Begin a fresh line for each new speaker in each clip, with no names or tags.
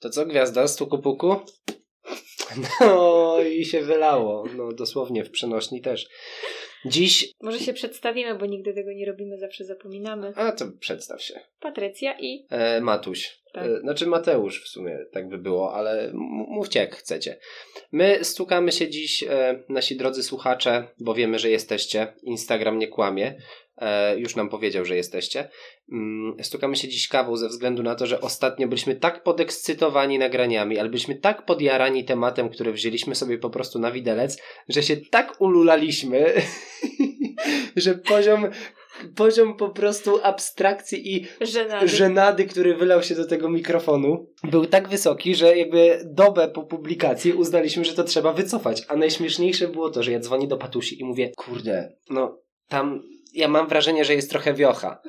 To co, gwiazda z tuku-puku? No i się wylało. No dosłownie w przenośni też. Dziś...
Może się przedstawimy, bo nigdy tego nie robimy, zawsze zapominamy.
A to przedstaw się.
Patrycja i
E, Matuś.
Tak.
E, znaczy Mateusz w sumie tak by było, ale m- mówcie jak chcecie. My stukamy się dziś, e, nasi drodzy słuchacze, bo wiemy, że jesteście. Instagram nie kłamie. E, już nam powiedział, że jesteście. Mm, stukamy się dziś kawą ze względu na to, że ostatnio byliśmy tak podekscytowani nagraniami, ale byliśmy tak podjarani tematem, który wzięliśmy sobie po prostu na widelec, że się tak ululaliśmy, że poziom, poziom po prostu abstrakcji i
żenady.
żenady, który wylał się do tego mikrofonu, był tak wysoki, że jakby dobę po publikacji uznaliśmy, że to trzeba wycofać. A najśmieszniejsze było to, że ja dzwonię do Patusi i mówię, kurde, no tam ja mam wrażenie, że jest trochę wiocha.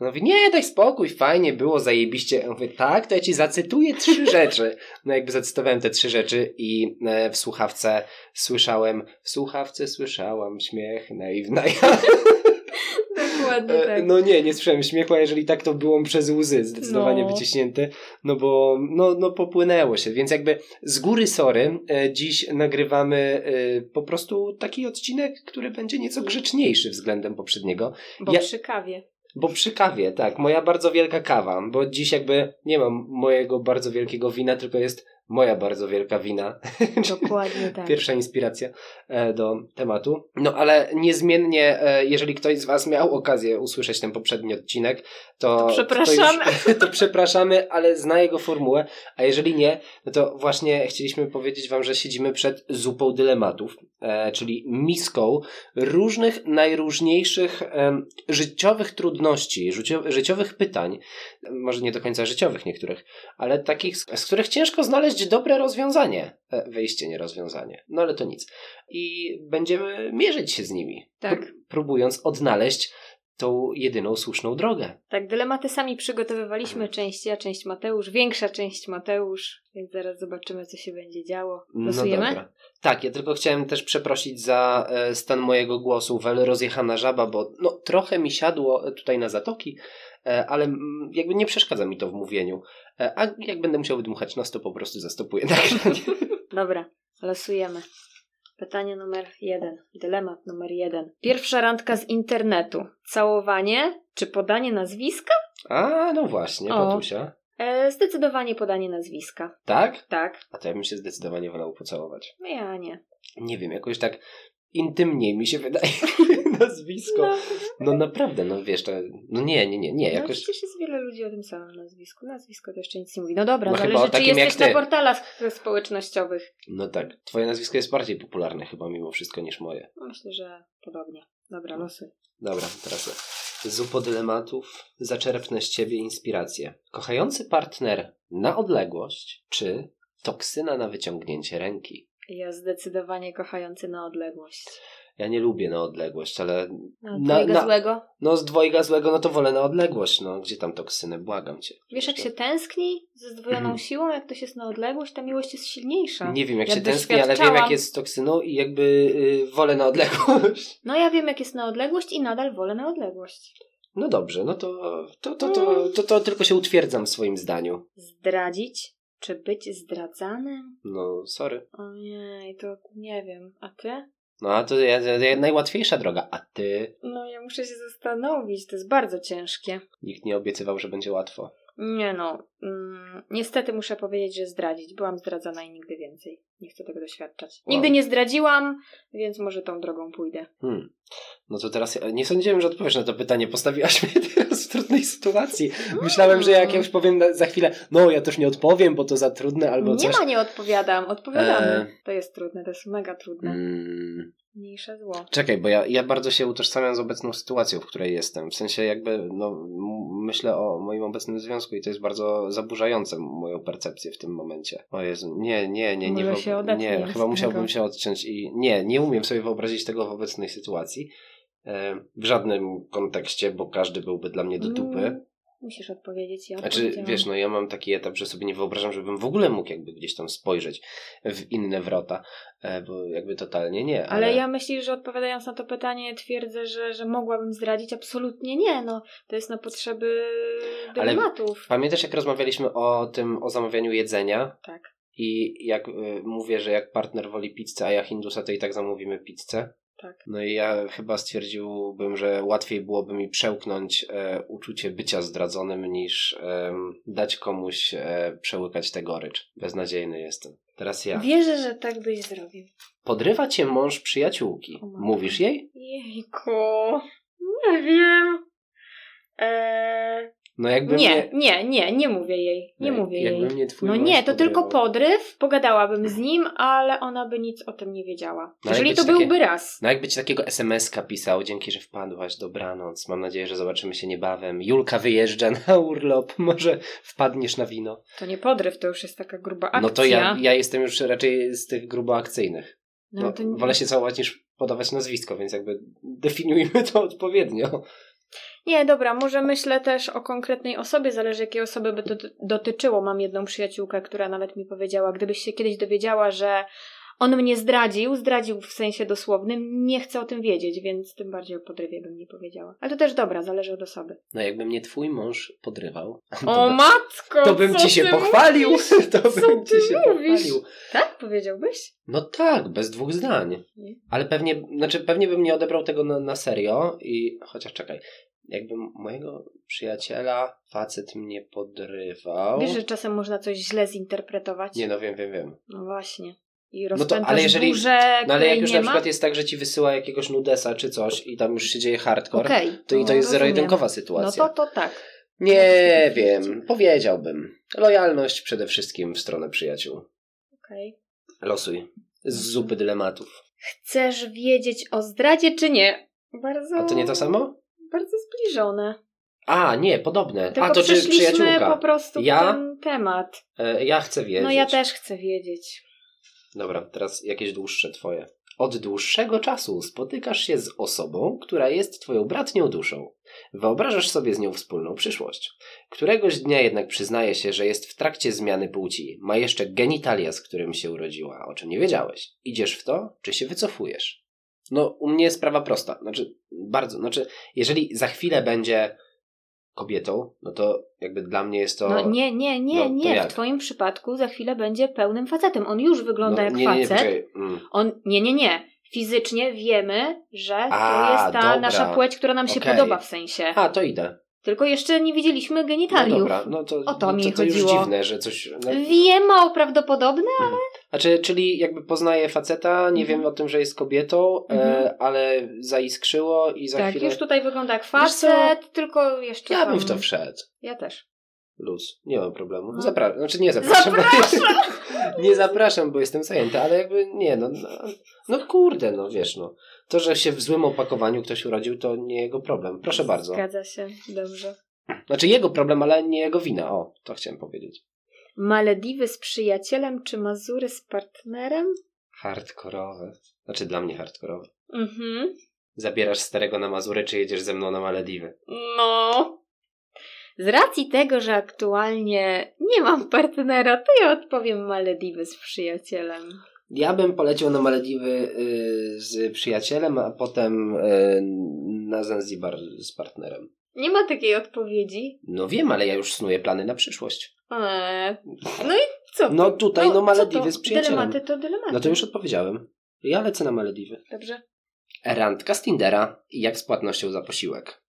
Ona mówi, nie, daj spokój, fajnie było, zajebiście. Ja mówię, tak, to ja ci zacytuję trzy rzeczy. No jakby zacytowałem te trzy rzeczy i e, w słuchawce słyszałem, w słuchawce słyszałam śmiech naiwna. Ja
Dokładnie
E,
tak.
No nie, nie słyszałem śmiechu, a jeżeli tak, to było przez łzy zdecydowanie
No.
wyciśnięte, no bo no, no popłynęło się, więc jakby z góry sorry, e, dziś nagrywamy e, po prostu taki odcinek, który będzie nieco grzeczniejszy względem poprzedniego,
Bo
ja-
przy kawie.
bo przy kawie, tak, moja bardzo wielka kawa, bo dziś jakby nie mam mojego bardzo wielkiego wina, tylko jest moja bardzo wielka wina.
Dokładnie tak.
Pierwsza inspiracja e, do tematu. No ale niezmiennie, e, jeżeli ktoś z Was miał okazję usłyszeć ten poprzedni odcinek, to.
To przepraszamy.
To, już, to przepraszamy, ale zna jego formułę. A jeżeli nie, no to właśnie chcieliśmy powiedzieć Wam, że siedzimy przed zupą dylematów, e, czyli miską różnych, najróżniejszych em, życiowych trudności, życio, życiowych pytań, może nie do końca życiowych niektórych, ale takich, z, z których ciężko znaleźć dobre rozwiązanie. E, Wyjście, nie rozwiązanie. No ale to nic. I będziemy mierzyć się z nimi,
Tak.
próbując odnaleźć tą jedyną słuszną drogę.
Tak, dylematy sami przygotowywaliśmy. Część ja, część Mateusz. Większa część Mateusz. Więc zaraz zobaczymy, co się będzie działo.
No
Losujemy?
Tak, ja tylko chciałem też przeprosić za e, stan mojego głosu, wel rozjechana żaba, bo no, trochę mi siadło e, tutaj na zatoki, e, ale mm, jakby nie przeszkadza mi to w mówieniu. E, a jak będę musiał wydmuchać nos, to po prostu zastopuję nagranie.
Dobra, losujemy. Pytanie numer jeden. Dylemat numer jeden. Pierwsza randka z internetu. Całowanie czy podanie nazwiska?
A, no właśnie,
O.
Patusia.
E, zdecydowanie podanie nazwiska.
Tak?
Tak.
A to ja bym się zdecydowanie wolał pocałować.
No ja nie.
Nie wiem, jakoś tak intymniej mi się wydaje nazwisko. No,
No,
naprawdę, no wiesz, to, no nie, nie, nie, nie,
no
jakoś...
przecież jest wiele ludzi o tym samym nazwisku. Nazwisko to jeszcze nic nie mówi. No dobra,
No chyba o
zależy czy
takim jak
jesteś na
ty.
portalach społecznościowych.
No tak, twoje nazwisko jest bardziej popularne chyba mimo wszystko niż moje.
No, Myślę, że podobnie. Dobra, no losy.
Dobra, teraz ja. zupo dylematów, zaczerpnę z ciebie inspirację. Kochający partner na odległość, czy toksyna na wyciągnięcie ręki?
Ja zdecydowanie kochający na odległość.
Ja nie lubię na odległość, ale
No,
Na-
twojego
na-
złego.
no z dwojga złego, no to wolę na odległość. No gdzie tam toksynę, błagam cię.
Wiesz, jak się tęskni ze zdwojoną
Mhm.
siłą, jak ktoś jest na odległość, ta miłość jest silniejsza.
Nie wiem jak
Ja
się tęsknię, ale wiem jak
doświadczałam-
jest z toksyną i jakby y, wolę na odległość.
No ja wiem, jak jest na odległość i nadal wolę na odległość.
No dobrze, no to to, to, to, to, to tylko się utwierdzam w swoim zdaniu.
Zdradzić czy być zdradzanym?
No sorry.
Ojej, to nie wiem. A ty?
No a to ja, ja, najłatwiejsza droga, a ty?
No ja muszę się zastanowić, to jest bardzo ciężkie.
Nikt nie obiecywał, że będzie łatwo.
Nie no, mm, niestety muszę powiedzieć, że zdradzić. Byłam zdradzana i nigdy więcej. Nie chcę tego doświadczać.
Wow.
Nigdy nie zdradziłam, więc może tą drogą pójdę.
Hmm. No to teraz ja- nie sądziłem, że odpowiesz na to pytanie. Postawiłaś mnie teraz w trudnej sytuacji. Myślałem, że
Mm.
jak ja już powiem na, za chwilę, no ja też nie odpowiem, bo to za trudne albo
nie
coś.
ma, nie odpowiadam. Odpowiadamy.
Eee.
To jest trudne, to jest mega trudne.
Mm,
Mniejsze zło.
czekaj, bo ja, ja bardzo się utożsamiam z obecną sytuacją, w której jestem. W sensie jakby, no m- myślę o moim obecnym związku i to jest bardzo zaburzające moją percepcję w tym momencie. O Jezu, nie, nie, nie. nie,
Może się odetniesz
nie
z
chyba musiałbym
tego.
się odciąć i nie, nie umiem sobie wyobrazić tego w obecnej sytuacji. E, W żadnym kontekście, bo każdy byłby dla mnie do dupy.
Mm. Musisz odpowiedzieć. Ja
Znaczy,
odpowiedziałam.
wiesz, no ja mam taki etap, że sobie nie wyobrażam, żebym w ogóle mógł jakby gdzieś tam spojrzeć w inne wrota, e, bo jakby totalnie nie.
Ale ja myślę, że odpowiadając na to pytanie twierdzę, że, że mogłabym zdradzić. Absolutnie nie, no. To jest na potrzeby
Ale-
dyplomatów.
Pamiętasz, jak rozmawialiśmy o tym, o zamawianiu jedzenia?
Tak,
I jak y, mówię, że jak partner woli pizzę, a ja hindusa, to i tak zamówimy pizzę.
tak.
No i ja chyba stwierdziłbym, że łatwiej byłoby mi przełknąć e, uczucie bycia zdradzonym, niż em, dać komuś e, przełykać tę gorycz. Beznadziejny jestem. Teraz ja.
Wierzę, że tak byś zrobił.
Podrywa cię mąż przyjaciółki.
O matko.
Mówisz jej?
Jejku, nie wiem. Eee,
No jakby
nie,
mnie...
nie, nie, nie mówię jej. Nie
no,
mówię
jakby
jej.
Mnie twój
No
mąż
nie, to tylko
podrywał.
podryw. Pogadałabym z nim, ale ona by nic o tym nie wiedziała.
No,
Jeżeli
jakby
to
ci takie-
byłby raz.
No jakby ci takiego SMS-ka pisał, dzięki, że wpadłaś, dobranoc, mam nadzieję, że zobaczymy się niebawem. Julka wyjeżdża na urlop, może wpadniesz na wino.
To nie podryw, to już jest taka gruba akcja.
No to ja, ja jestem już raczej z tych gruboakcyjnych.
No,
No,
to nie-
Wolę się całować niż podawać nazwisko, więc jakby definiujmy to odpowiednio.
Nie, dobra, może myślę też o konkretnej osobie, zależy jakiej osoby by to dotyczyło. Mam jedną przyjaciółkę, która nawet mi powiedziała, gdybyś się kiedyś dowiedziała, że on mnie zdradził, zdradził w sensie dosłownym, nie chcę o tym wiedzieć, więc tym bardziej o podrywie bym nie powiedziała. Ale to też dobra, zależy od osoby.
No jakby mnie twój mąż podrywał,
O
by-
matko!
to bym
co
ci się
ty
pochwalił.
mówisz?
To
Co
bym
ty
ci się
mówisz?
pochwalił.
Tak, powiedziałbyś?
No tak, bez dwóch zdań.
Nie.
Ale pewnie, znaczy pewnie bym nie odebrał tego na, na serio i chociaż czekaj, jakby mojego przyjaciela facet mnie podrywał.
Wiesz, że czasem można coś źle zinterpretować?
No. Nie no, wiem, wiem, wiem.
No właśnie. I
to-
rozpętasz
ale jeżeli-
burzę,
No ale
której
jak już
nie
na
ma?
przykład jest tak, że ci wysyła jakiegoś nudesa czy coś i tam już się dzieje hardcore,
Okej,
to i
no,
to jest
rozumiem.
zero-jedynkowa
No
sytuacja.
to to tak.
Nie wiem, powiedziałbym. Lojalność przede wszystkim w stronę przyjaciół.
Okej.
Losuj. Z zupy dylematów.
Chcesz wiedzieć o zdradzie czy nie? Bardzo.
A to nie to samo?
Bardzo zbliżone.
A, nie, podobne.
Tylko
A to czy
przeszliśmy po
przyjaciółka?
prostu w
Ja?
ten temat.
E, ja chcę wiedzieć.
No ja też chcę wiedzieć.
Dobra, teraz jakieś dłuższe twoje. Od dłuższego czasu spotykasz się z osobą, która jest twoją bratnią duszą. Wyobrażasz sobie z nią wspólną przyszłość. Któregoś dnia jednak przyznaje się, że jest w trakcie zmiany płci. Ma jeszcze genitalia, z którym się urodziła, o czym nie wiedziałeś. Idziesz w to, czy się wycofujesz? No, u mnie sprawa prosta. Znaczy, bardzo. Znaczy, jeżeli za chwilę będzie kobietą, no to jakby dla mnie jest to...
No nie, nie,
no
nie,
to
nie.
jak?
w twoim przypadku za chwilę będzie pełnym facetem. On już wygląda
no,
jak
nie, nie, nie,
facet.
poczekaj. Mm.
On, nie, nie, nie. Fizycznie wiemy, że
A,
to jest ta
dobra.
nasza płeć, która nam się
Okej.
podoba w sensie.
A, to idę.
Tylko jeszcze nie widzieliśmy genitaliów.
No dobra, no to,
O to mi
to, to już
chodziło. Y-
dziwne, że coś. No,
Wiem, mało prawdopodobne.
znaczy, czyli jakby poznaje faceta, nie
Mhm.
wiemy o tym, że jest kobietą, e,
Mhm.
ale zaiskrzyło i za
tak,
chwilę.
już tutaj wygląda jak
Wiesz co?
facet, tylko jeszcze
ja
tam...
bym w to wszedł.
Ja też.
Luz, nie mam problemu.
No.
Zapraszam. Znaczy nie zapraszam. bo- nie zapraszam, bo jestem zajęty, ale jakby nie, no, no, no kurde, no wiesz, no. To, że się w złym opakowaniu ktoś urodził, to nie jego problem. Proszę bardzo.
Zgadza się, dobrze.
Znaczy jego problem, ale nie jego wina. O, to chciałem powiedzieć.
Malediwy z przyjacielem czy Mazury z partnerem?
Hardkorowe. Znaczy dla mnie hardkorowe.
Mhm.
Zabierasz starego na Mazury, czy jedziesz ze mną na Malediwy?
No. Z racji tego, że aktualnie nie mam partnera, to ja odpowiem Malediwy z przyjacielem.
Ja bym poleciał na Malediwy y, z przyjacielem, a potem y, na Zanzibar z partnerem.
Nie ma takiej odpowiedzi.
No wiem, ale ja już snuję plany na przyszłość.
Eee. No i co?
No tutaj, no,
co
Malediwy
to?
z przyjacielem.
Dylematy to dylematy.
No to już odpowiedziałem. Ja lecę na Malediwy.
Dobrze.
Randka z Tindera i jak z płatnością za posiłek?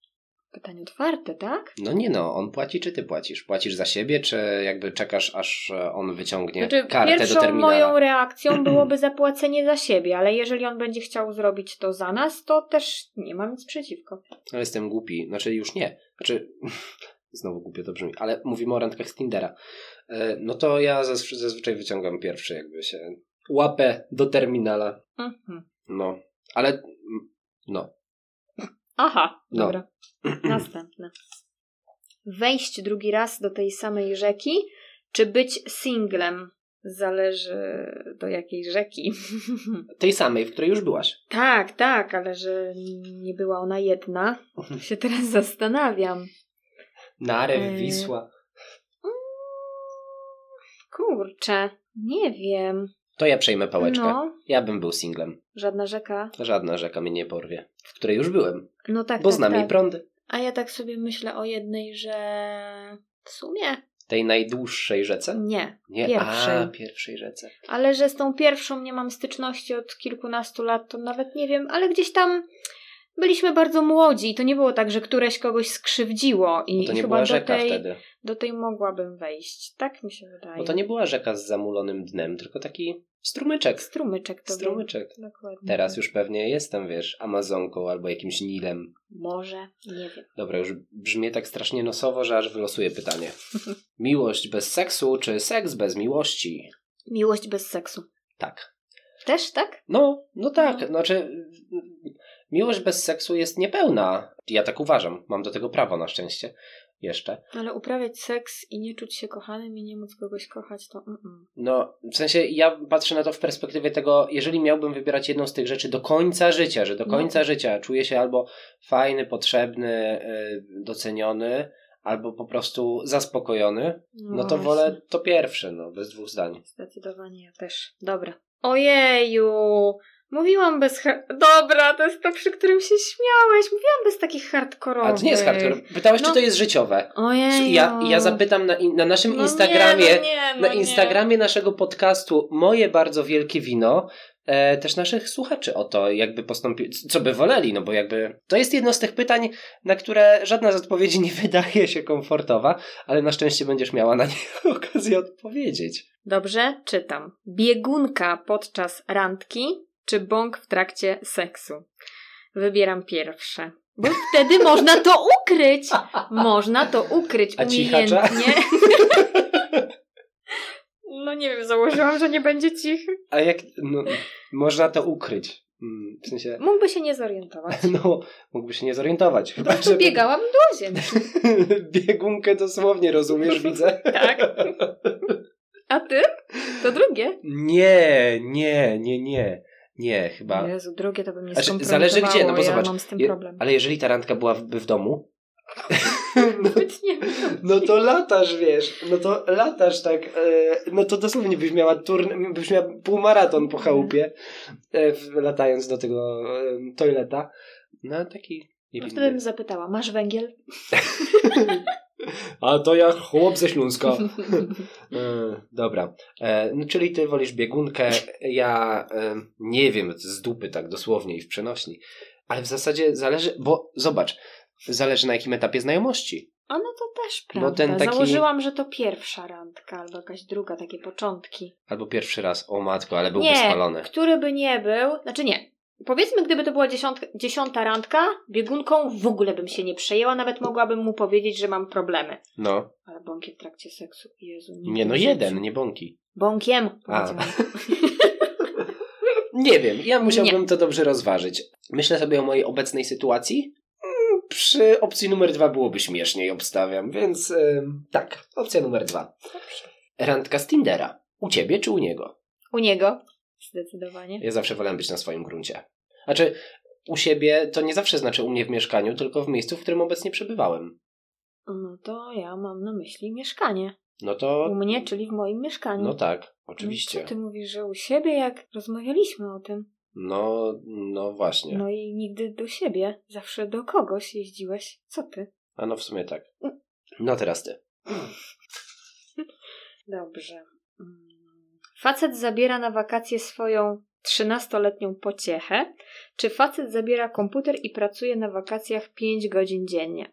Pytanie otwarte, tak?
No nie no, on płaci czy ty płacisz? Płacisz za siebie, czy jakby czekasz aż e, on wyciągnie
Znaczy,
kartę do
pierwszą
terminala?
moją reakcją byłoby zapłacenie za siebie, ale jeżeli on będzie chciał zrobić to za nas, to też nie mam nic przeciwko.
Ale jestem głupi. Znaczy już nie. Znaczy, znowu głupio to brzmi, ale mówimy o randkach z Tindera. E, No to ja zazw- zazwyczaj wyciągam pierwszy jakby się łapę do terminala.
Mhm.
No, ale mm, no.
Aha,
No.
dobra. Następne. Wejść drugi raz do tej samej rzeki, czy być singlem? Zależy do jakiej rzeki.
Tej samej, w której już byłaś.
tak, tak, ale że nie była ona jedna, się teraz zastanawiam.
Narew,
Yy.
Wisła.
Kurczę, nie wiem.
To ja przejmę pałeczkę.
No,
Ja bym był singlem.
żadna rzeka.
Żadna rzeka mnie nie porwie. W której już byłem,
No tak,
bo
tak,
znam jej
tak.
prądy.
A ja tak sobie myślę o jednej, że w sumie
Tej najdłuższej rzece?
nie.
Nie, a
Pierwszej.
pierwszej rzece.
Ale że z tą pierwszą nie mam styczności od kilkunastu lat, to nawet nie wiem, ale gdzieś tam byliśmy bardzo młodzi i to nie było tak, że któreś kogoś skrzywdziło i,
Bo to
i
nie
chyba
była
do,
rzeka
tej,
wtedy.
do tej mogłabym wejść. Tak mi się wydaje.
Bo to nie była rzeka z zamulonym dnem, tylko taki strumyczek.
Strumyczek to
Strumyczek.
był. Dokładnie.
Teraz już pewnie jestem, wiesz, Amazonką albo jakimś Nilem.
Może, nie wiem.
Dobra, już brzmi tak strasznie nosowo, że aż wylosuję pytanie. Miłość bez seksu, czy seks bez miłości?
Miłość bez seksu.
Tak.
Też tak?
No, no tak, znaczy mm, miłość bez seksu jest niepełna. Ja tak uważam, mam do tego prawo na szczęście. Jeszcze.
Ale uprawiać seks i nie czuć się kochanym i nie móc kogoś kochać, to mm
No, w sensie ja patrzę na to w perspektywie tego, jeżeli miałbym wybierać jedną z tych rzeczy do końca życia, że do
No.
końca życia czuję się albo fajny, potrzebny, y, doceniony, albo po prostu zaspokojony, no to
właśnie.
wolę to pierwsze, no, bez dwóch zdań.
Zdecydowanie ja też. Dobra. Ojeju! Mówiłam bez. Har- Dobra, to jest to, przy którym się śmiałeś. Mówiłam bez takich hardkorowych.
A to nie jest hardcore. Pytałeś, czy
No.
to jest życiowe.
Ojeju.
Ja, ja zapytam na, in- na
No
naszym
nie,
Instagramie,
no nie, no
na Instagramie naszego podcastu Moje Bardzo Wielkie Wino, e, też naszych słuchaczy o to, jakby postąpił, co by woleli, no bo jakby to jest jedno z tych pytań, na które żadna z odpowiedzi nie wydaje się komfortowa, ale na szczęście będziesz miała na nie okazję odpowiedzieć.
Nie. Dobrze, czytam. Biegunka podczas randki czy bąk w trakcie seksu? Wybieram pierwsze. Bo wtedy można to ukryć! Można to ukryć
A cichacza?
umiejętnie. No nie wiem, założyłam, że nie będzie cichy.
A jak, no, można to ukryć. Mm, W sensie,
Mógłby się nie zorientować.
no, mógłby się nie zorientować.
Po prostu biegałam do ziemi.
Biegunkę dosłownie rozumiesz, widzę.
Tak. A ty? To drugie.
Nie, nie, nie, nie. Nie, chyba.
Jezu, drugie to by mnie
Znaczy,
skompromitowało.
zależy gdzie, no bo
ja
zobacz,
mam z tym
Je-
problem.
Ale jeżeli ta randka byłaby w domu,
Zbytnie.
no to latasz, wiesz, no to latasz tak, e, no to dosłownie byś miała turn, byś miała półmaraton po chałupie, e, w- latając do tego e, toileta. No taki
No
niewinny.
wtedy bym zapytała, masz węgiel?
A to ja chłop ze Śląska. E, Dobra, E, no, czyli ty wolisz biegunkę, ja e, nie wiem, z dupy tak dosłownie i w przenośni, ale w zasadzie zależy, bo zobacz, zależy na jakim etapie znajomości.
A no to też
Bo
prawda.
ten taki-
Założyłam, że to pierwsza randka albo jakaś druga, takie początki.
Albo pierwszy raz, o matko, ale byłby
nie,
spalony.
który by nie był, znaczy nie. Powiedzmy, gdyby to była dziesiątka, dziesiąta randka, biegunką w ogóle bym się nie przejęła, nawet mogłabym mu powiedzieć, że mam problemy.
No,
Ale bąki w trakcie seksu, Jezu.
nie no
Jezu.
jeden, nie bąki.
Bąkiem.
A.
powiedziałam.
Nie wiem, ja musiałbym to dobrze rozważyć. Myślę sobie o mojej obecnej sytuacji. Mm, Przy opcji numer dwa byłoby śmieszniej, obstawiam, więc em, tak, opcja numer dwa. Randka z Tindera. U ciebie czy u niego?
U niego. Zdecydowanie.
Ja zawsze wolę być na swoim gruncie. Znaczy, u siebie to nie zawsze znaczy u mnie w mieszkaniu, tylko w miejscu, w którym obecnie przebywałem.
No to ja mam na myśli mieszkanie.
No to.
U mnie, czyli w moim mieszkaniu.
No tak,
No
oczywiście.
Co ty mówisz, że u siebie, jak rozmawialiśmy o tym?
No, no właśnie.
No i nigdy do siebie, zawsze do kogoś jeździłeś. Co ty?
A no w sumie tak. No teraz ty.
Dobrze. Mm. Facet zabiera na wakacje swoją 13-letnią pociechę, czy facet zabiera komputer i pracuje na wakacjach 5 godzin dziennie?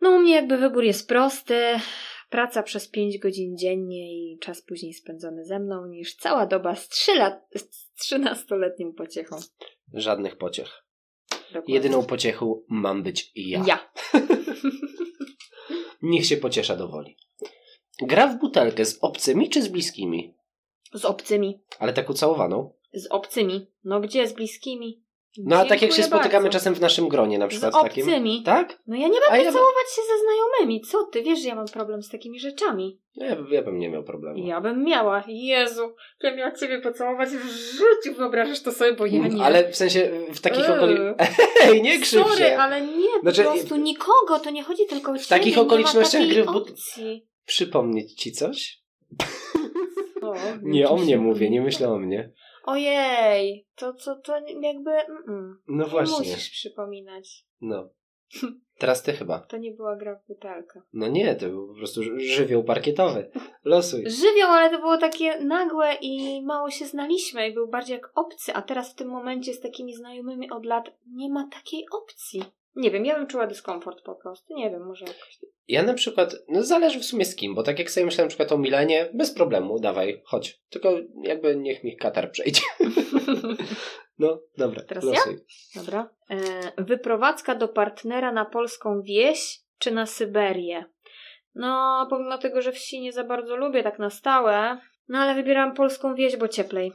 No, u mnie jakby wybór jest prosty. Praca przez 5 godzin dziennie i czas później spędzony ze mną, niż cała doba z, 3 lat, z 13-letnią pociechą.
Żadnych pociech.
Dokładnie.
Jedyną pociechą mam być ja.
Ja.
Niech się pociesza do woli. Gra w butelkę z obcymi czy z bliskimi?
Z obcymi.
Ale tak ucałowaną?
Z obcymi. No gdzie? Z bliskimi?
No a tak jak
Dziękuję
się spotykamy
bardzo.
czasem w naszym gronie na przykład
Z
takim.
obcymi.
Tak?
No ja nie będę
A ja-
całować się ze znajomymi. Co ty? Wiesz, że ja mam problem z takimi rzeczami.
No, Ja, ja bym nie miał problemu.
Ja bym miała. Jezu, ja miała ciebie pocałować w życiu. Wyobrażasz to sobie, bo ja nie.
Mm, Ale w sensie w takich
Eee.
okolicznościach. Ej, nie krzyw
Sorry,
się.
ale nie, po
Znaczy-
prostu nikogo, to nie chodzi tylko o ciebie.
takich
nie ma
okolicznościach
takiej
gry w but-
opcji.
Przypomnieć ci coś?
O,
Nie o mnie mówię, nie myślę o mnie.
Ojej, to, to, to jakby... Mm,
No
nie
właśnie.
musisz przypominać.
No. Teraz ty chyba.
To nie była gra w butelkę.
No nie, to był po prostu ży- żywioł parkietowy. Losuj.
Żywioł, ale to było takie nagłe i mało się znaliśmy i był bardziej jak obcy, a teraz w tym momencie z takimi znajomymi od lat nie ma takiej opcji. Nie wiem, ja bym czuła dyskomfort po prostu. Nie wiem, może jakoś.
Ja na przykład, no zależy w sumie z kim, bo tak jak sobie myślałem na przykład o Milenie, bez problemu, dawaj, chodź. Tylko jakby niech mi katar przejdzie. No, dobra,
Teraz ja?
losuj.
Dobra. E, wyprowadzka do partnera na polską wieś czy na Syberię? No, pomimo tego, że wsi nie za bardzo lubię tak na stałe, no ale wybieram polską wieś, bo cieplej.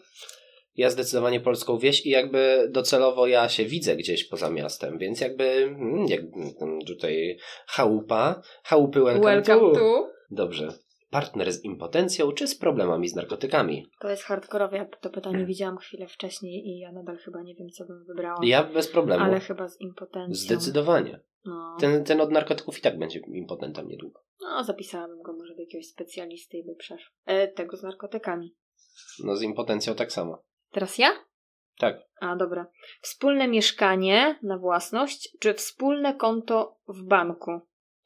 Ja zdecydowanie polską wieś i jakby docelowo ja się widzę gdzieś poza miastem, więc jakby mm, jak mm, tutaj chałupa, chałupy welcome,
Welcome
to.
to.
Dobrze. Partner z impotencją czy z problemami z narkotykami?
To jest hardkorowe. Ja to pytanie widziałam chwilę wcześniej i ja nadal chyba nie wiem, co bym wybrała.
Ja bez problemu.
Ale chyba z impotencją.
Zdecydowanie.
No,
Ten, ten od narkotyków i tak będzie impotentem niedługo.
no zapisałabym go może do jakiegoś specjalisty i by przeszł. E, tego z narkotykami.
No z impotencją tak samo.
Teraz ja?
Tak.
A, dobra. Wspólne mieszkanie na własność, czy wspólne konto w banku?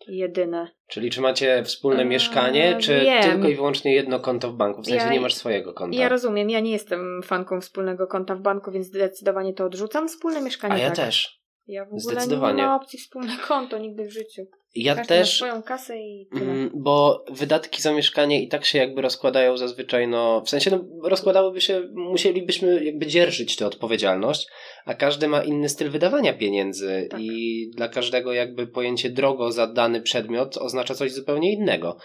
Jedyne.
Czyli czy macie wspólne
Eee,
mieszkanie, czy
wiem.
tylko i wyłącznie jedno konto w banku? W sensie
Ja-
nie masz swojego konta.
Ja rozumiem, ja nie jestem fanką wspólnego konta w banku, więc zdecydowanie to odrzucam. Wspólne mieszkanie
A ja
tak.
też.
Ja w ogóle nie
Zdecydowanie.
ma opcji wspólne konto nigdy w życiu.
Ja
Każdy
też.
ma swoją kasę i tyle.
Mm, bo wydatki za mieszkanie i tak się jakby rozkładają zazwyczaj, no w sensie no, rozkładałoby się, musielibyśmy jakby dzierżyć tę odpowiedzialność, a każdy ma inny styl wydawania pieniędzy
Tak.
i dla każdego jakby pojęcie drogo za dany przedmiot oznacza coś zupełnie innego.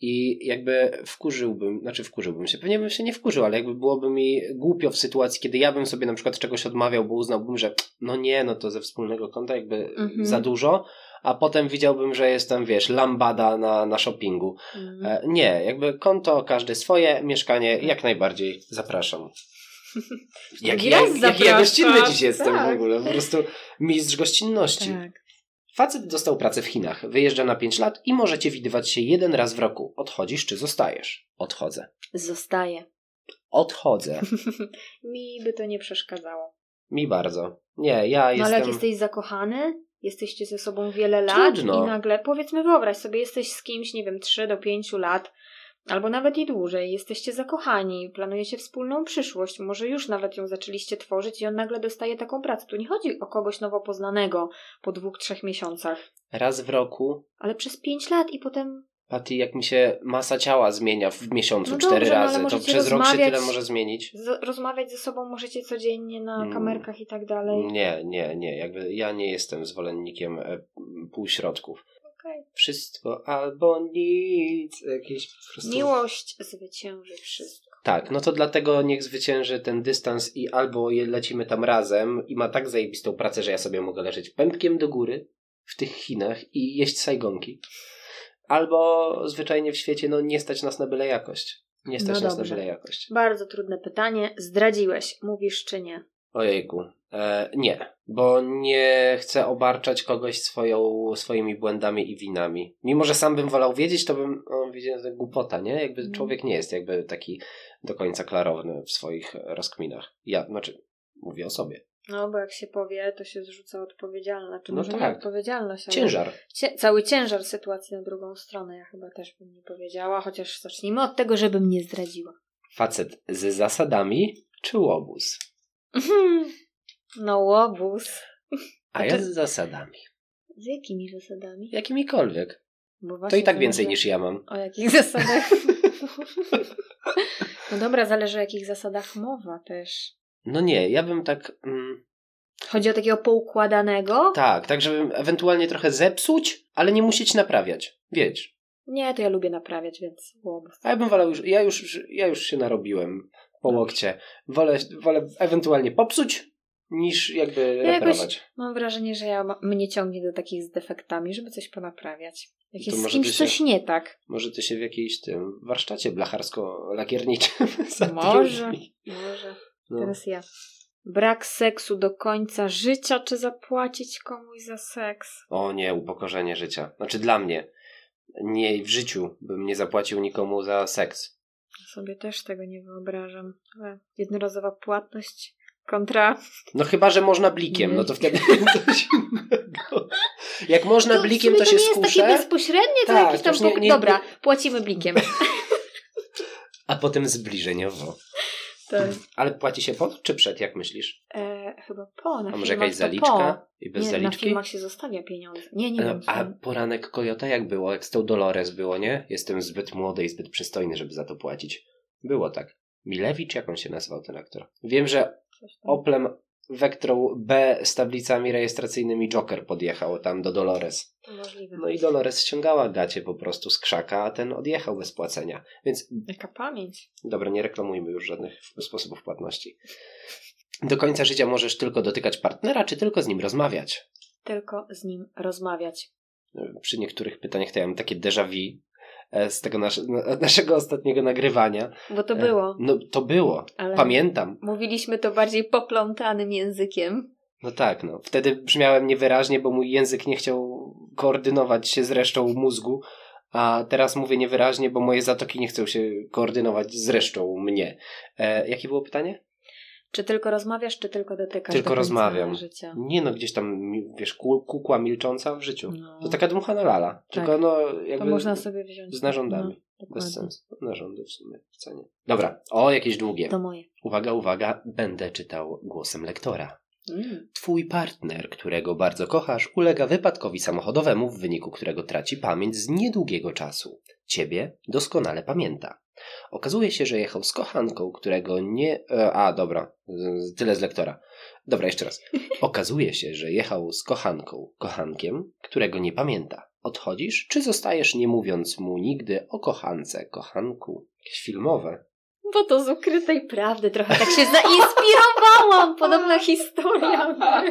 I jakby wkurzyłbym, znaczy wkurzyłbym się, pewnie bym się nie wkurzył, ale jakby byłoby mi głupio w sytuacji, kiedy ja bym sobie na przykład czegoś odmawiał, bo uznałbym, że no nie, no to ze wspólnego konta jakby
Mhm.
za dużo, a potem widziałbym, że jestem, wiesz, lambada na, na shoppingu.
Mm.
E, nie, jakby konto, każdy swoje, mieszkanie,
Mhm.
jak najbardziej zapraszam. Jaki,
raz
jak, jaki ja
zapraszasz,
gościnny dziś jestem
tak.
w ogóle, po prostu mistrz gościnności.
Tak.
Facet dostał pracę w Chinach, wyjeżdża na 5 lat i możecie widywać się jeden raz w roku. Odchodzisz czy zostajesz? Odchodzę.
Zostaje.
Odchodzę.
Mi by to nie przeszkadzało.
Mi bardzo. Nie, ja
No
jestem...
ale jak jesteś zakochany, jesteście ze sobą wiele lat
Trudno.
i nagle, powiedzmy, wyobraź sobie, jesteś z kimś, nie wiem, 3 do 5 lat, albo nawet i dłużej, jesteście zakochani, planujecie wspólną przyszłość, może już nawet ją zaczęliście tworzyć i on nagle dostaje taką pracę. Tu nie chodzi o kogoś nowo poznanego po dwóch, trzech miesiącach,
Raz w roku
ale przez 5 lat i potem
Paty, jak mi się masa ciała zmienia w miesiącu
No
cztery
dobrze, no ale
razy, to
możecie
przez rok się
rozmawiać-
tyle może zmienić?
z- rozmawiać ze sobą możecie codziennie na
Mm.
kamerkach i tak dalej.
Nie, nie, nie. Jakby ja nie jestem zwolennikiem e, półśrodków.
Okej.
Wszystko albo nic. Jakieś po prostu...
Miłość zwycięży wszystko.
Tak, no to dlatego niech zwycięży ten dystans i albo je- lecimy tam razem i ma tak zajebistą pracę, że ja sobie mogę leżeć pępkiem do góry w tych Chinach i jeść sajgonki. Albo zwyczajnie w świecie, no nie stać nas na byle jakość. Nie stać
No
nas
dobrze.
na byle jakość.
Bardzo trudne pytanie. Zdradziłeś, mówisz czy nie?
Ojejku. E, nie, bo nie chcę obarczać kogoś swoją, swoimi błędami i winami. Mimo, że sam bym wolał wiedzieć, to bym o, widział, że głupota, nie? Jakby
Mm.
człowiek nie jest jakby taki do końca klarowny w swoich rozkminach. Ja, znaczy, mówię o sobie.
No, bo jak się powie, to się zrzuca odpowiedzialność. Czy
No
może nie
tak.
odpowiedzialność, ale
Ciężar.
Cie- cały ciężar sytuacji na drugą stronę. Ja chyba też bym nie powiedziała, chociaż zacznijmy od tego, żebym nie zdradziła.
Facet z zasadami czy łobuz?
no, łobuz.
A ja z zasadami.
Z jakimi zasadami?
Jakimikolwiek.
Bo
To
właśnie
i tak więcej
zależy-
niż ja mam.
O jakich zasadach? no dobra, zależy o jakich zasadach mowa też.
No nie, ja bym tak... Mm,
Chodzi o takiego poukładanego?
tak, tak żebym ewentualnie trochę zepsuć, ale nie musieć naprawiać. Wiesz.
Nie, to ja lubię naprawiać, więc łobuz.
A ja bym wolał już, ja już, ja już się narobiłem po łokcie. Wolę, wolę ewentualnie popsuć, niż jakby
jakoś-
reperować.
Mam wrażenie, że ja ma, mnie ciągnie do takich z defektami, żeby coś ponaprawiać. Jak
To
jest z
może ty
kimś
się-
coś nie tak.
Może ty się w jakiejś tym warsztacie blacharsko-lakierniczym
Może.
zatrudni.
Może.
No.
Teraz ja. Brak seksu do końca życia, czy zapłacić komuś za seks?
O nie, upokorzenie życia. Znaczy dla mnie. Nie, w życiu bym nie zapłacił nikomu za seks.
Ja Sobie też tego nie wyobrażam. Ale jednorazowa płatność kontra.
No chyba, że można blikiem, no to wtedy coś innego. Jak można
To No, w
blikiem,
sumie
to się
nie jest takie
skuszę,
bezpośrednie, to
Tak,
jakiś tam.
to już nie-
pok-
nie-
Dobra, płacimy blikiem.
a potem zbliżeniowo.
To,
Ale płaci się pod czy przed, jak myślisz?
e, chyba po. Na
A może
filmach
jakaś
to
zaliczka? I
Po.
bez
Nie, na
zaliczki?
filmach się zostawia pieniądze. Nie, nie wiem.
No, a
co-
poranek Kojota jak było? Jak z tą Dolores było, nie? Jestem zbyt młody i zbyt przystojny, żeby za to płacić. Było tak. Milewicz, jak on się nazywał ten aktor? Wiem, że
coś tam.
Oplem Vectrą B z tablicami rejestracyjnymi Joker podjechał tam do Dolores.
To możliwe.
No i Dolores ściągała gacie po prostu z krzaka, a ten odjechał bez płacenia. Więc
Jaka pamięć.
Dobra, nie reklamujmy już żadnych sposobów płatności. Do końca życia możesz tylko dotykać partnera, czy tylko z nim rozmawiać.
Tylko z nim rozmawiać.
Przy niektórych pytaniach to ja mam takie déjà vu e, z tego nasz, na, naszego ostatniego nagrywania.
Bo to
E,
było.
No to było.
Ale
Pamiętam.
mówiliśmy to bardziej poplątanym językiem.
No tak, no. Wtedy brzmiałem niewyraźnie, bo mój język nie chciał koordynować się z resztą mózgu, a teraz mówię niewyraźnie, bo moje zatoki nie chcą się koordynować z resztą mnie. E, jakie było pytanie?
Czy tylko rozmawiasz, czy tylko dotykasz?
Tylko
do końca
rozmawiam.
Życia?
Nie no, gdzieś tam, mi- wiesz, ku- kukła milcząca w życiu.
No,
To taka dmuchana lala. Tylko
Tak.
no
to
jakby
można sobie wziąć.
z narządami.
No, dokładnie.
Bez sensu. Narządy w sumie w cenie. Dobra, o jakieś długie.
To moje.
Uwaga, uwaga, będę czytał głosem lektora.
Mm.
Twój partner, którego bardzo kochasz, ulega wypadkowi samochodowemu, w wyniku którego traci pamięć z niedługiego czasu. Ciebie doskonale pamięta. Okazuje się, że jechał z kochanką, którego nie. e, A, dobra, z- tyle z lektora. Dobra, jeszcze raz. Okazuje się, że jechał z kochanką, kochankiem, którego nie pamięta. Odchodzisz, czy zostajesz, nie mówiąc mu nigdy o kochance, kochanku? Jakieś filmowe.
Bo to z ukrytej prawdy trochę tak się zainspirowałam. Podobna historia była.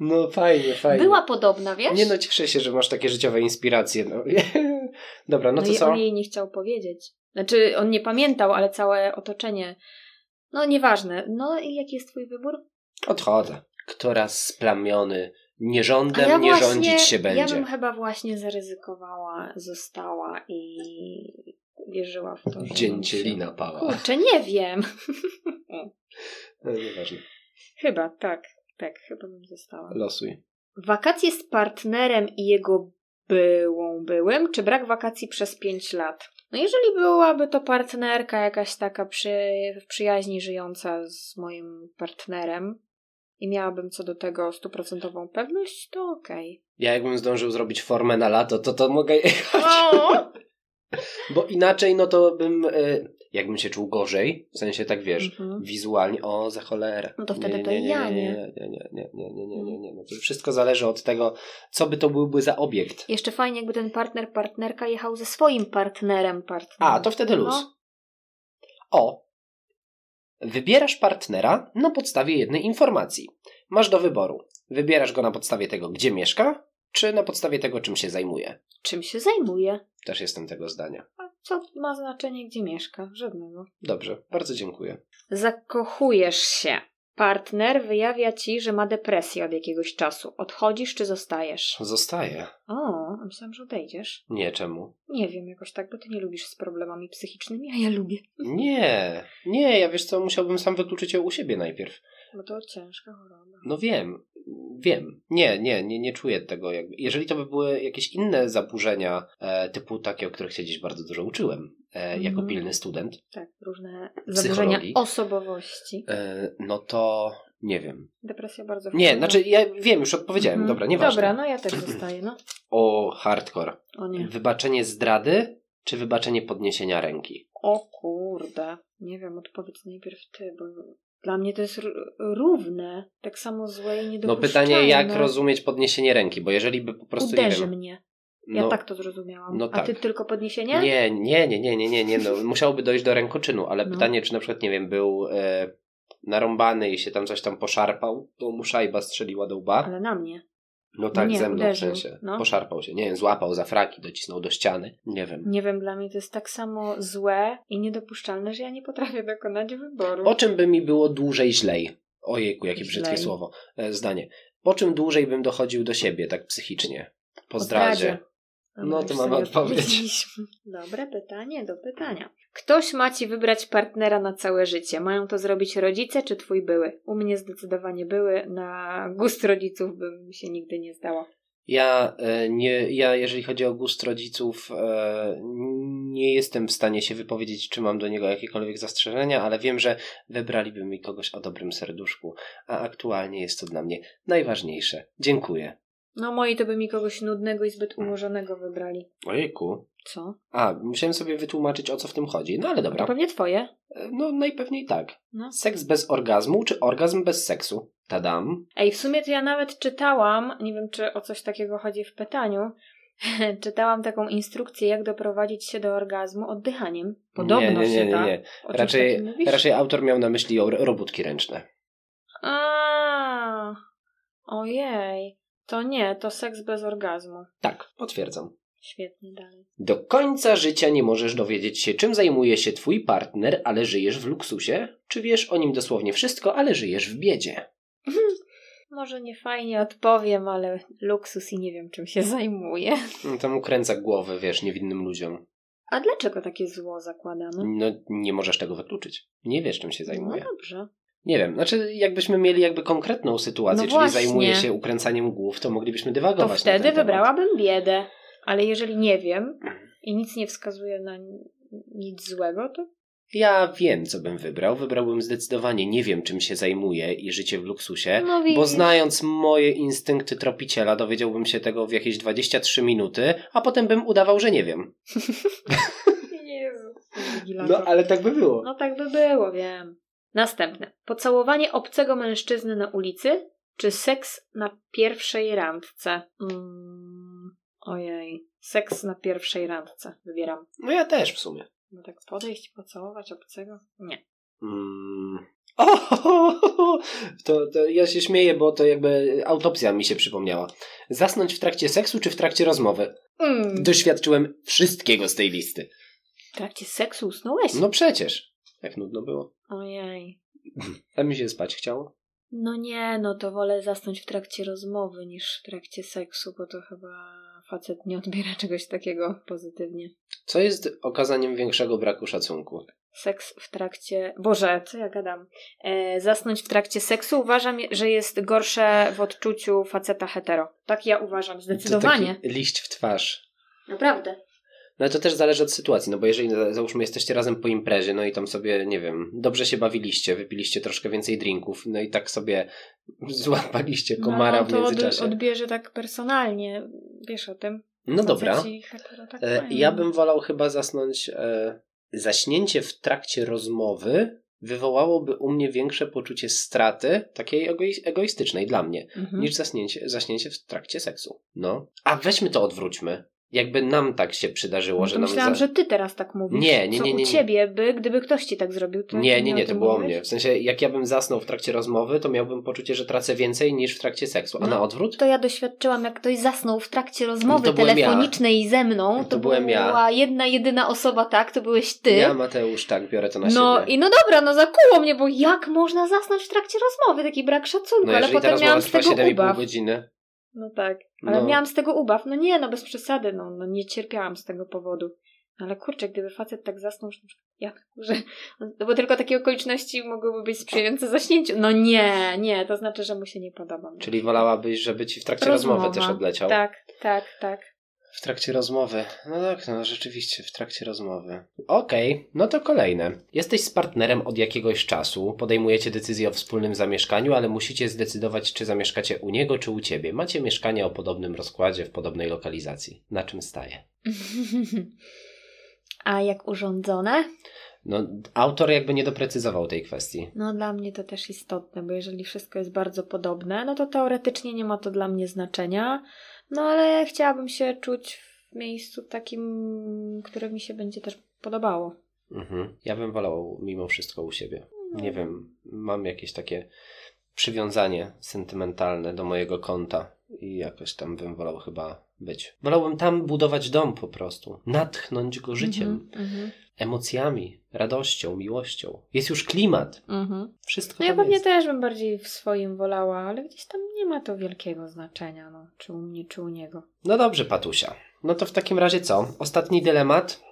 No, fajnie, fajnie.
Była podobna, wiesz?
Nie no, cieszę się, że masz takie życiowe inspiracje. No. Dobra, no
No
to
i
co?
on jej nie chciał powiedzieć. Znaczy, on nie pamiętał, ale całe otoczenie. No, nieważne. No i jaki jest twój wybór?
Odchodzę. Kto raz splamiony nierządem
ja
nie
właśnie-
rządzić się będzie.
Ja bym chyba właśnie zaryzykowała, została i wierzyła w to, że...
Dzięcie lina pała.
Kurczę, nie wiem.
No, Nieważne.
Chyba, tak. Tak, chyba bym została.
Losuj.
Wakacje z partnerem i jego byłą byłym, czy brak wakacji przez 5 lat? No jeżeli byłaby to partnerka jakaś taka przy, w przyjaźni żyjąca z moim partnerem i miałabym co do tego stuprocentową pewność, to okej.
Ja jakbym zdążył zrobić formę na lato, to to mogę jechać.
O!
Bo inaczej no to bym... e, Jakbym się czuł gorzej, w sensie tak wiesz,
Mhm.
wizualnie, o za cholerę.
No to wtedy to ja,
nie.
nie? Mhm.
Nie, nie, nie, nie, nie, nie, nie, nie. No to wszystko zależy od tego, co by to byłby za obiekt.
Jeszcze fajnie, jakby ten partner, partnerka jechał ze swoim partnerem, partnerem.
A, to wtedy luz.
No.
O. Wybierasz partnera na podstawie jednej informacji. Masz do wyboru. Wybierasz go na podstawie tego, gdzie mieszka, czy na podstawie tego, czym się zajmuje.
Czym się zajmuje?
Też jestem tego zdania.
A co ma znaczenie, gdzie mieszka? Żadnego.
Dobrze, bardzo dziękuję.
Zakochujesz się. Partner wyjawia ci, że ma depresję od jakiegoś czasu. Odchodzisz czy zostajesz?
Zostaję.
O, a myślałam, że odejdziesz.
Nie, czemu?
Nie wiem, jakoś tak, bo ty nie lubisz z problemami psychicznymi, a ja lubię.
Nie, nie, ja wiesz co, musiałbym sam wykluczyć ją u siebie najpierw.
Bo to ciężka choroba.
No wiem, wiem. Nie, nie, nie, nie czuję tego jakby. Jeżeli to by były jakieś inne zaburzenia, e, typu takie, o których się dziś bardzo dużo uczyłem, e, jako
Mhm.
pilny student,
Tak, różne
Psychologii.
zaburzenia osobowości.
E, no to nie wiem.
Depresja bardzo
Nie,
wpływa.
znaczy ja wiem, już odpowiedziałem.
Mhm.
Dobra, nieważne.
Dobra, no ja też zostaję, no.
O, hardcore.
O nie.
Wybaczenie zdrady czy wybaczenie podniesienia ręki?
O kurde, nie wiem, odpowiedz najpierw ty, bo dla mnie to jest r- równe, tak samo złe i
No
niedopuszczalne.
pytanie, jak rozumieć podniesienie ręki, bo jeżeli by po prostu nie
Uderzy
wiem.
mnie.
No,
Ja tak to zrozumiałam.
no
A
tak.
ty tylko podniesienie?
nie, nie, nie, nie, nie, nie, nie. No, musiałoby dojść do rękoczynu, ale
No.
pytanie, czy na przykład, nie wiem, był e, narąbany i się tam coś tam poszarpał, to mu szajba strzeliła do łba.
Ale na mnie.
No tak,
Nie,
ze mną
uderzył,
w sensie.
no.
Poszarpał się. Nie wiem, złapał za fraki, docisnął do ściany. Nie wiem.
Nie wiem, dla mnie to jest tak samo złe i niedopuszczalne, że ja nie potrafię dokonać wyboru.
Po czym by mi było dłużej źlej? Ojejku, jakie brzydkie
Źlej.
słowo, e, zdanie. Po czym dłużej bym dochodził do siebie tak psychicznie? Po zdradzie. No
już
to mamy
sobie
odpowiedź.
odpowiedzieliśmy. Dobre pytanie do pytania. Ktoś ma ci wybrać partnera na całe życie. Mają to zrobić rodzice czy twój były? U mnie zdecydowanie były. Na gust rodziców bym się nigdy nie zdała.
Ja, e, nie, ja, jeżeli chodzi o gust rodziców, e, nie jestem w stanie się wypowiedzieć, czy mam do niego jakiekolwiek zastrzeżenia, ale wiem, że wybraliby mi kogoś o dobrym serduszku, a aktualnie jest to dla mnie najważniejsze. Dziękuję.
No moi to by mi kogoś nudnego i zbyt ułożonego wybrali.
Ojejku.
Co?
A, musiałem sobie wytłumaczyć, o co w tym chodzi. No ale
To
dobra.
pewnie twoje.
E, No najpewniej tak.
No.
Seks bez orgazmu, czy orgazm bez seksu? Tadam.
Ej, w sumie to ja nawet czytałam, nie wiem czy o coś takiego chodzi w pytaniu, czytałam taką instrukcję, jak doprowadzić się do orgazmu oddychaniem. Podobno
nie, nie, nie,
się da.
nie, nie.
O czymś
Raczej,
takim mówisz?
raczej autor miał na myśli o- robótki ręczne.
A, ojej. To nie, to seks bez orgazmu.
Tak, potwierdzam.
Świetnie, dalej.
Do końca życia nie możesz dowiedzieć się, czym zajmuje się twój partner, ale żyjesz w luksusie, czy wiesz o nim dosłownie wszystko, ale żyjesz w biedzie.
Może nie fajnie odpowiem, ale luksus i nie wiem czym się zajmuję.
No, Tam ukręca głowę, wiesz, niewinnym ludziom.
A dlaczego takie zło zakładamy?
No, nie możesz tego wykluczyć. Nie wiesz, czym się
No
zajmuje.
dobrze.
Nie wiem, znaczy jakbyśmy mieli jakby konkretną sytuację,
No
czyli
właśnie.
zajmuje się ukręcaniem głów, to moglibyśmy dywagować
To
na No ten
wtedy
temat.
wybrałabym biedę. Ale jeżeli nie wiem i nic nie wskazuje na ni- nic złego, to
Ja wiem, co bym wybrał. Wybrałbym zdecydowanie nie wiem, czym się zajmuję i życie w luksusie,
no
Bo
widzisz.
znając moje instynkty tropiciela, dowiedziałbym się tego w jakieś 23 minuty, a potem bym udawał, że nie wiem.
Jezu.
No, ale tak by było.
No tak by było, wiem. Następne. Pocałowanie obcego mężczyzny na ulicy, czy seks na pierwszej randce? Mm, ojej. Seks na pierwszej randce. Wybieram.
No ja też w sumie.
No tak podejść, pocałować obcego? Nie.
Mm. O, to, to ja się śmieję, bo to jakby autopsja mi się przypomniała. Zasnąć w trakcie seksu czy w trakcie rozmowy?
Mm.
Doświadczyłem wszystkiego z tej listy.
W trakcie seksu usnąłeś?
No przecież. Jak nudno było.
Ojej.
A mi się spać chciało.
No nie, no to wolę zasnąć w trakcie rozmowy niż w trakcie seksu, bo to chyba facet nie odbiera czegoś takiego pozytywnie.
Co jest okazaniem większego braku szacunku?
Seks w trakcie. Boże, co ja gadam? E, zasnąć w trakcie seksu uważam, że jest gorsze w odczuciu faceta hetero. Tak ja uważam, zdecydowanie.
To taki liść w twarz.
Naprawdę.
No ale to też zależy od sytuacji, no bo jeżeli za- załóżmy jesteście razem po imprezie, no i tam sobie, nie wiem, dobrze się bawiliście, wypiliście troszkę więcej drinków, no i tak sobie złapaliście komara
no,
w
to
międzyczasie.
odbierze tak personalnie. Wiesz o tym.
No dobra,
Faceci Hetero, tak
e,
mają.
ja bym wolał chyba zasnąć, e, zaśnięcie w trakcie rozmowy wywołałoby u mnie większe poczucie straty, takiej egoi- egoistycznej dla mnie,
Mhm.
niż zaśnięcie, zaśnięcie w trakcie seksu. No, a weźmy to odwróćmy. Jakby nam tak się przydarzyło,
No
że
to
nam
myślałam,
za-
że ty teraz tak mówisz.
Nie, nie,
Co
nie, nie,
u
nie.
ciebie by, gdyby ktoś ci tak zrobił? To
Nie,
ty
nie,
o
nie, to
tym
było
mówisz?
mnie. W sensie, jak ja bym zasnął w trakcie rozmowy, to miałbym poczucie, że tracę więcej niż w trakcie seksu. A
No,
na odwrót?
To ja doświadczyłam, jak ktoś zasnął w trakcie rozmowy
No to byłem ja.
telefonicznej ze mną.
No
To,
to byłem ja.
była jedna, jedyna osoba, tak? To byłeś ty.
Ja, Mateusz, tak, biorę to na
no
siebie.
i no dobra, no zakuło mnie, bo jak można zasnąć w trakcie rozmowy? Taki brak szacunku,
no
ale
jeżeli ta
potem
rozmowa
miałam z
trwa
tego
7,5
ubaw.
godziny.
No tak, ale
No.
miałam z tego ubaw. No nie, no bez przesady, no, no nie cierpiałam z tego powodu. No Ale kurczę, gdyby facet tak zasnął, że na przykład jak, że, no bo tylko takie okoliczności mogłyby być sprzyjające zaśnięciu. No nie, nie, to znaczy, że mu się nie podoba. No.
Czyli wolałabyś, żeby ci w trakcie
Rozmowa.
rozmowy też odleciał?
Tak, tak, tak.
W trakcie rozmowy. No tak, no rzeczywiście, w trakcie rozmowy. Okej, no to kolejne. Jesteś z partnerem od jakiegoś czasu, podejmujecie decyzję o wspólnym zamieszkaniu, ale musicie zdecydować, czy zamieszkacie u niego, czy u ciebie. Macie mieszkanie o podobnym rozkładzie, w podobnej lokalizacji. Na czym staje?
A jak urządzone?
No, autor jakby nie doprecyzował tej kwestii.
No dla mnie to też istotne, bo jeżeli wszystko jest bardzo podobne, no to teoretycznie nie ma to dla mnie znaczenia. No ale chciałabym się czuć w miejscu takim, które mi się będzie też podobało.
Mhm. Ja bym wolał mimo wszystko u siebie.
No.
Nie wiem, mam jakieś takie przywiązanie sentymentalne do mojego konta i jakoś tam bym wolał chyba być. Wolałbym tam budować dom po prostu, natchnąć go życiem,
Mhm, mhm,
emocjami, radością, miłością. Jest już klimat,
mhm.
wszystko
No ja
tam
pewnie
jest.
też bym bardziej w swoim wolała, ale gdzieś tam nie ma to wielkiego znaczenia, no, czy u mnie, czy u niego.
No dobrze, Patusia. No to w takim razie co? Ostatni dylemat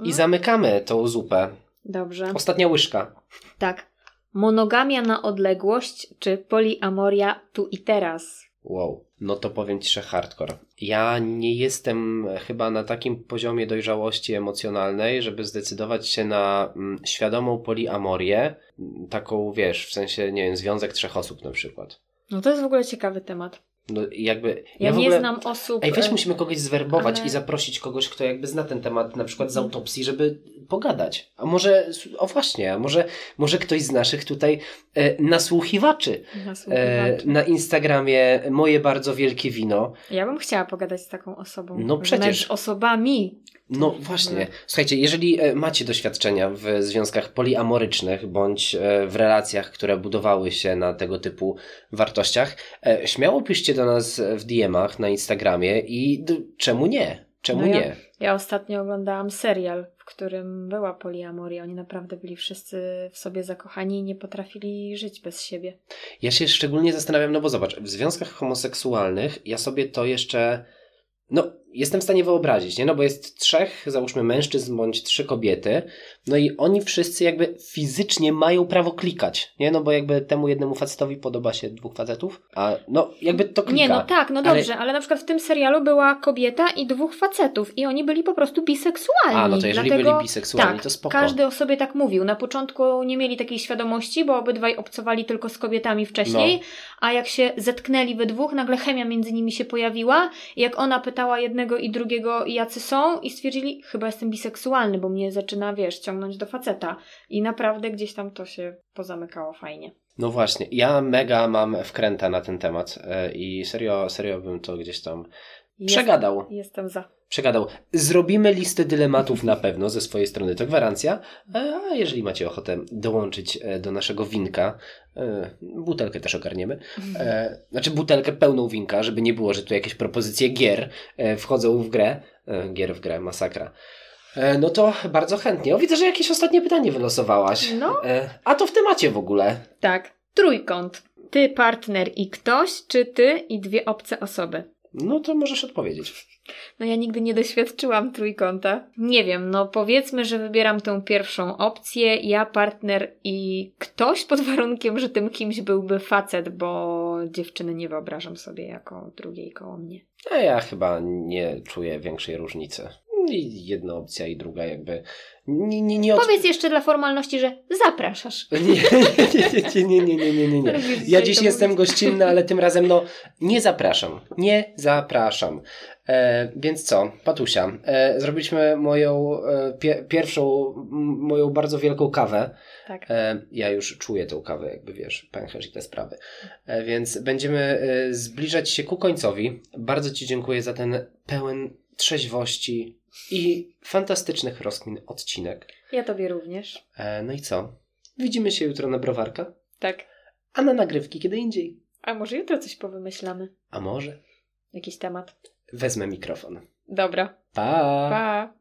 No,
i zamykamy tą zupę.
Dobrze.
Ostatnia łyżka.
Tak. Monogamia na odległość, czy poliamoria tu i teraz?
Wow, no to powiem ci, że hardcore. Ja nie jestem chyba na takim poziomie dojrzałości emocjonalnej, żeby zdecydować się na mm, świadomą poliamorię, mm, taką wiesz, w sensie, nie wiem, związek trzech osób na przykład.
No to jest w ogóle ciekawy temat.
No i jakby. Ja,
Ja,
w
nie
ogóle...
znam osób.
Ej, weź
e,
musimy kogoś zwerbować
ale-
i zaprosić kogoś, kto jakby zna ten temat, na przykład z
Mhm.
autopsji, żeby pogadać. A może, o właśnie, a może, może ktoś z naszych tutaj e, nasłuchiwaczy
na
e,
słuchawki.
na Instagramie e, Moje Bardzo Wielkie Wino.
Ja bym chciała pogadać z taką osobą.
No przecież.
Wręcz Z osobami.
No
Mhm.
właśnie. Słuchajcie, jeżeli e, macie doświadczenia w związkach poliamorycznych bądź e, w relacjach, które budowały się na tego typu wartościach, e, śmiało piszcie do nas w DM-ach na Instagramie i d- czemu nie? Czemu
No ja-
nie?
Ja ostatnio oglądałam serial, w którym była poliamoria. Oni naprawdę byli wszyscy w sobie zakochani i nie potrafili żyć bez siebie.
Ja się szczególnie zastanawiam, no bo zobacz, w związkach homoseksualnych ja sobie to jeszcze. No, jestem w stanie wyobrazić, nie? No bo jest trzech, załóżmy, mężczyzn bądź trzy kobiety, no i oni wszyscy jakby fizycznie mają prawo klikać, nie? No bo jakby temu jednemu facetowi podoba się dwóch facetów, a no jakby to klika.
Nie, no tak, no
Ale-
dobrze, ale... na przykład w tym serialu była kobieta i dwóch facetów i oni byli po prostu biseksualni.
A, no to jeżeli
dlatego... tak,
byli biseksualni, to spoko.
każdy o sobie tak mówił. Na początku nie mieli takiej świadomości, bo obydwaj obcowali tylko z kobietami wcześniej,
No.
a jak się zetknęli we dwóch, nagle chemia między nimi się pojawiła. I jak ona pytała jednego i drugiego, jacy są, i stwierdzili, chyba jestem biseksualny, bo mnie zaczyna, wiesz, ciągnąć do faceta. I naprawdę gdzieś tam to się pozamykało fajnie.
No właśnie, ja mega mam wkręta na ten temat e, i serio, serio bym to gdzieś tam
Jest-
przegadał.
Jestem za.
przegadał. Zrobimy listę dylematów na pewno ze swojej strony, to gwarancja. E, A jeżeli macie ochotę dołączyć e, do naszego winka, e, butelkę też ogarniemy. E, Znaczy butelkę pełną winka, żeby nie było, że tu jakieś propozycje gier e, wchodzą w grę. E, Gier w grę, masakra. E, No to bardzo chętnie. O, widzę, że jakieś ostatnie pytanie wylosowałaś.
No.
E, A to w temacie w ogóle.
Tak. Trójkąt. Ty, partner i ktoś, czy ty i dwie obce osoby?
No to możesz odpowiedzieć.
No ja nigdy nie doświadczyłam trójkąta. Nie wiem, no powiedzmy, że wybieram tą pierwszą opcję, ja, partner i ktoś pod warunkiem, że tym kimś byłby facet, bo dziewczyny nie wyobrażam sobie jako drugiej koło mnie.
A ja chyba nie czuję większej różnicy. I jedna opcja i druga jakby nie, nie, nie, od,
Powiedz jeszcze dla formalności, że zapraszasz.
No Nie, nie, nie, nie, nie, nie, nie, nie.
Lubisz
Ja
dzisiaj
dziś
to
jestem
mówić.
gościnny, ale tym razem no nie zapraszam. Nie zapraszam. E, więc co, Patusia, e, zrobiliśmy moją e, pie, pierwszą, m, moją bardzo wielką kawę.
Tak.
E, ja już czuję tą kawę, jakby wiesz, pęcherz i te sprawy. E, więc będziemy e, zbliżać się ku końcowi. Bardzo Ci dziękuję za ten pełen trzeźwości i fantastycznych rozkmin odcinek.
Ja tobie również.
E, no i co? Widzimy się jutro na browarka,
Tak.
a na nagrywki kiedy indziej.
A może jutro coś powymyślamy?
A może
Jakiś temat.
wezmę mikrofon.
Dobra.
Pa!
Pa.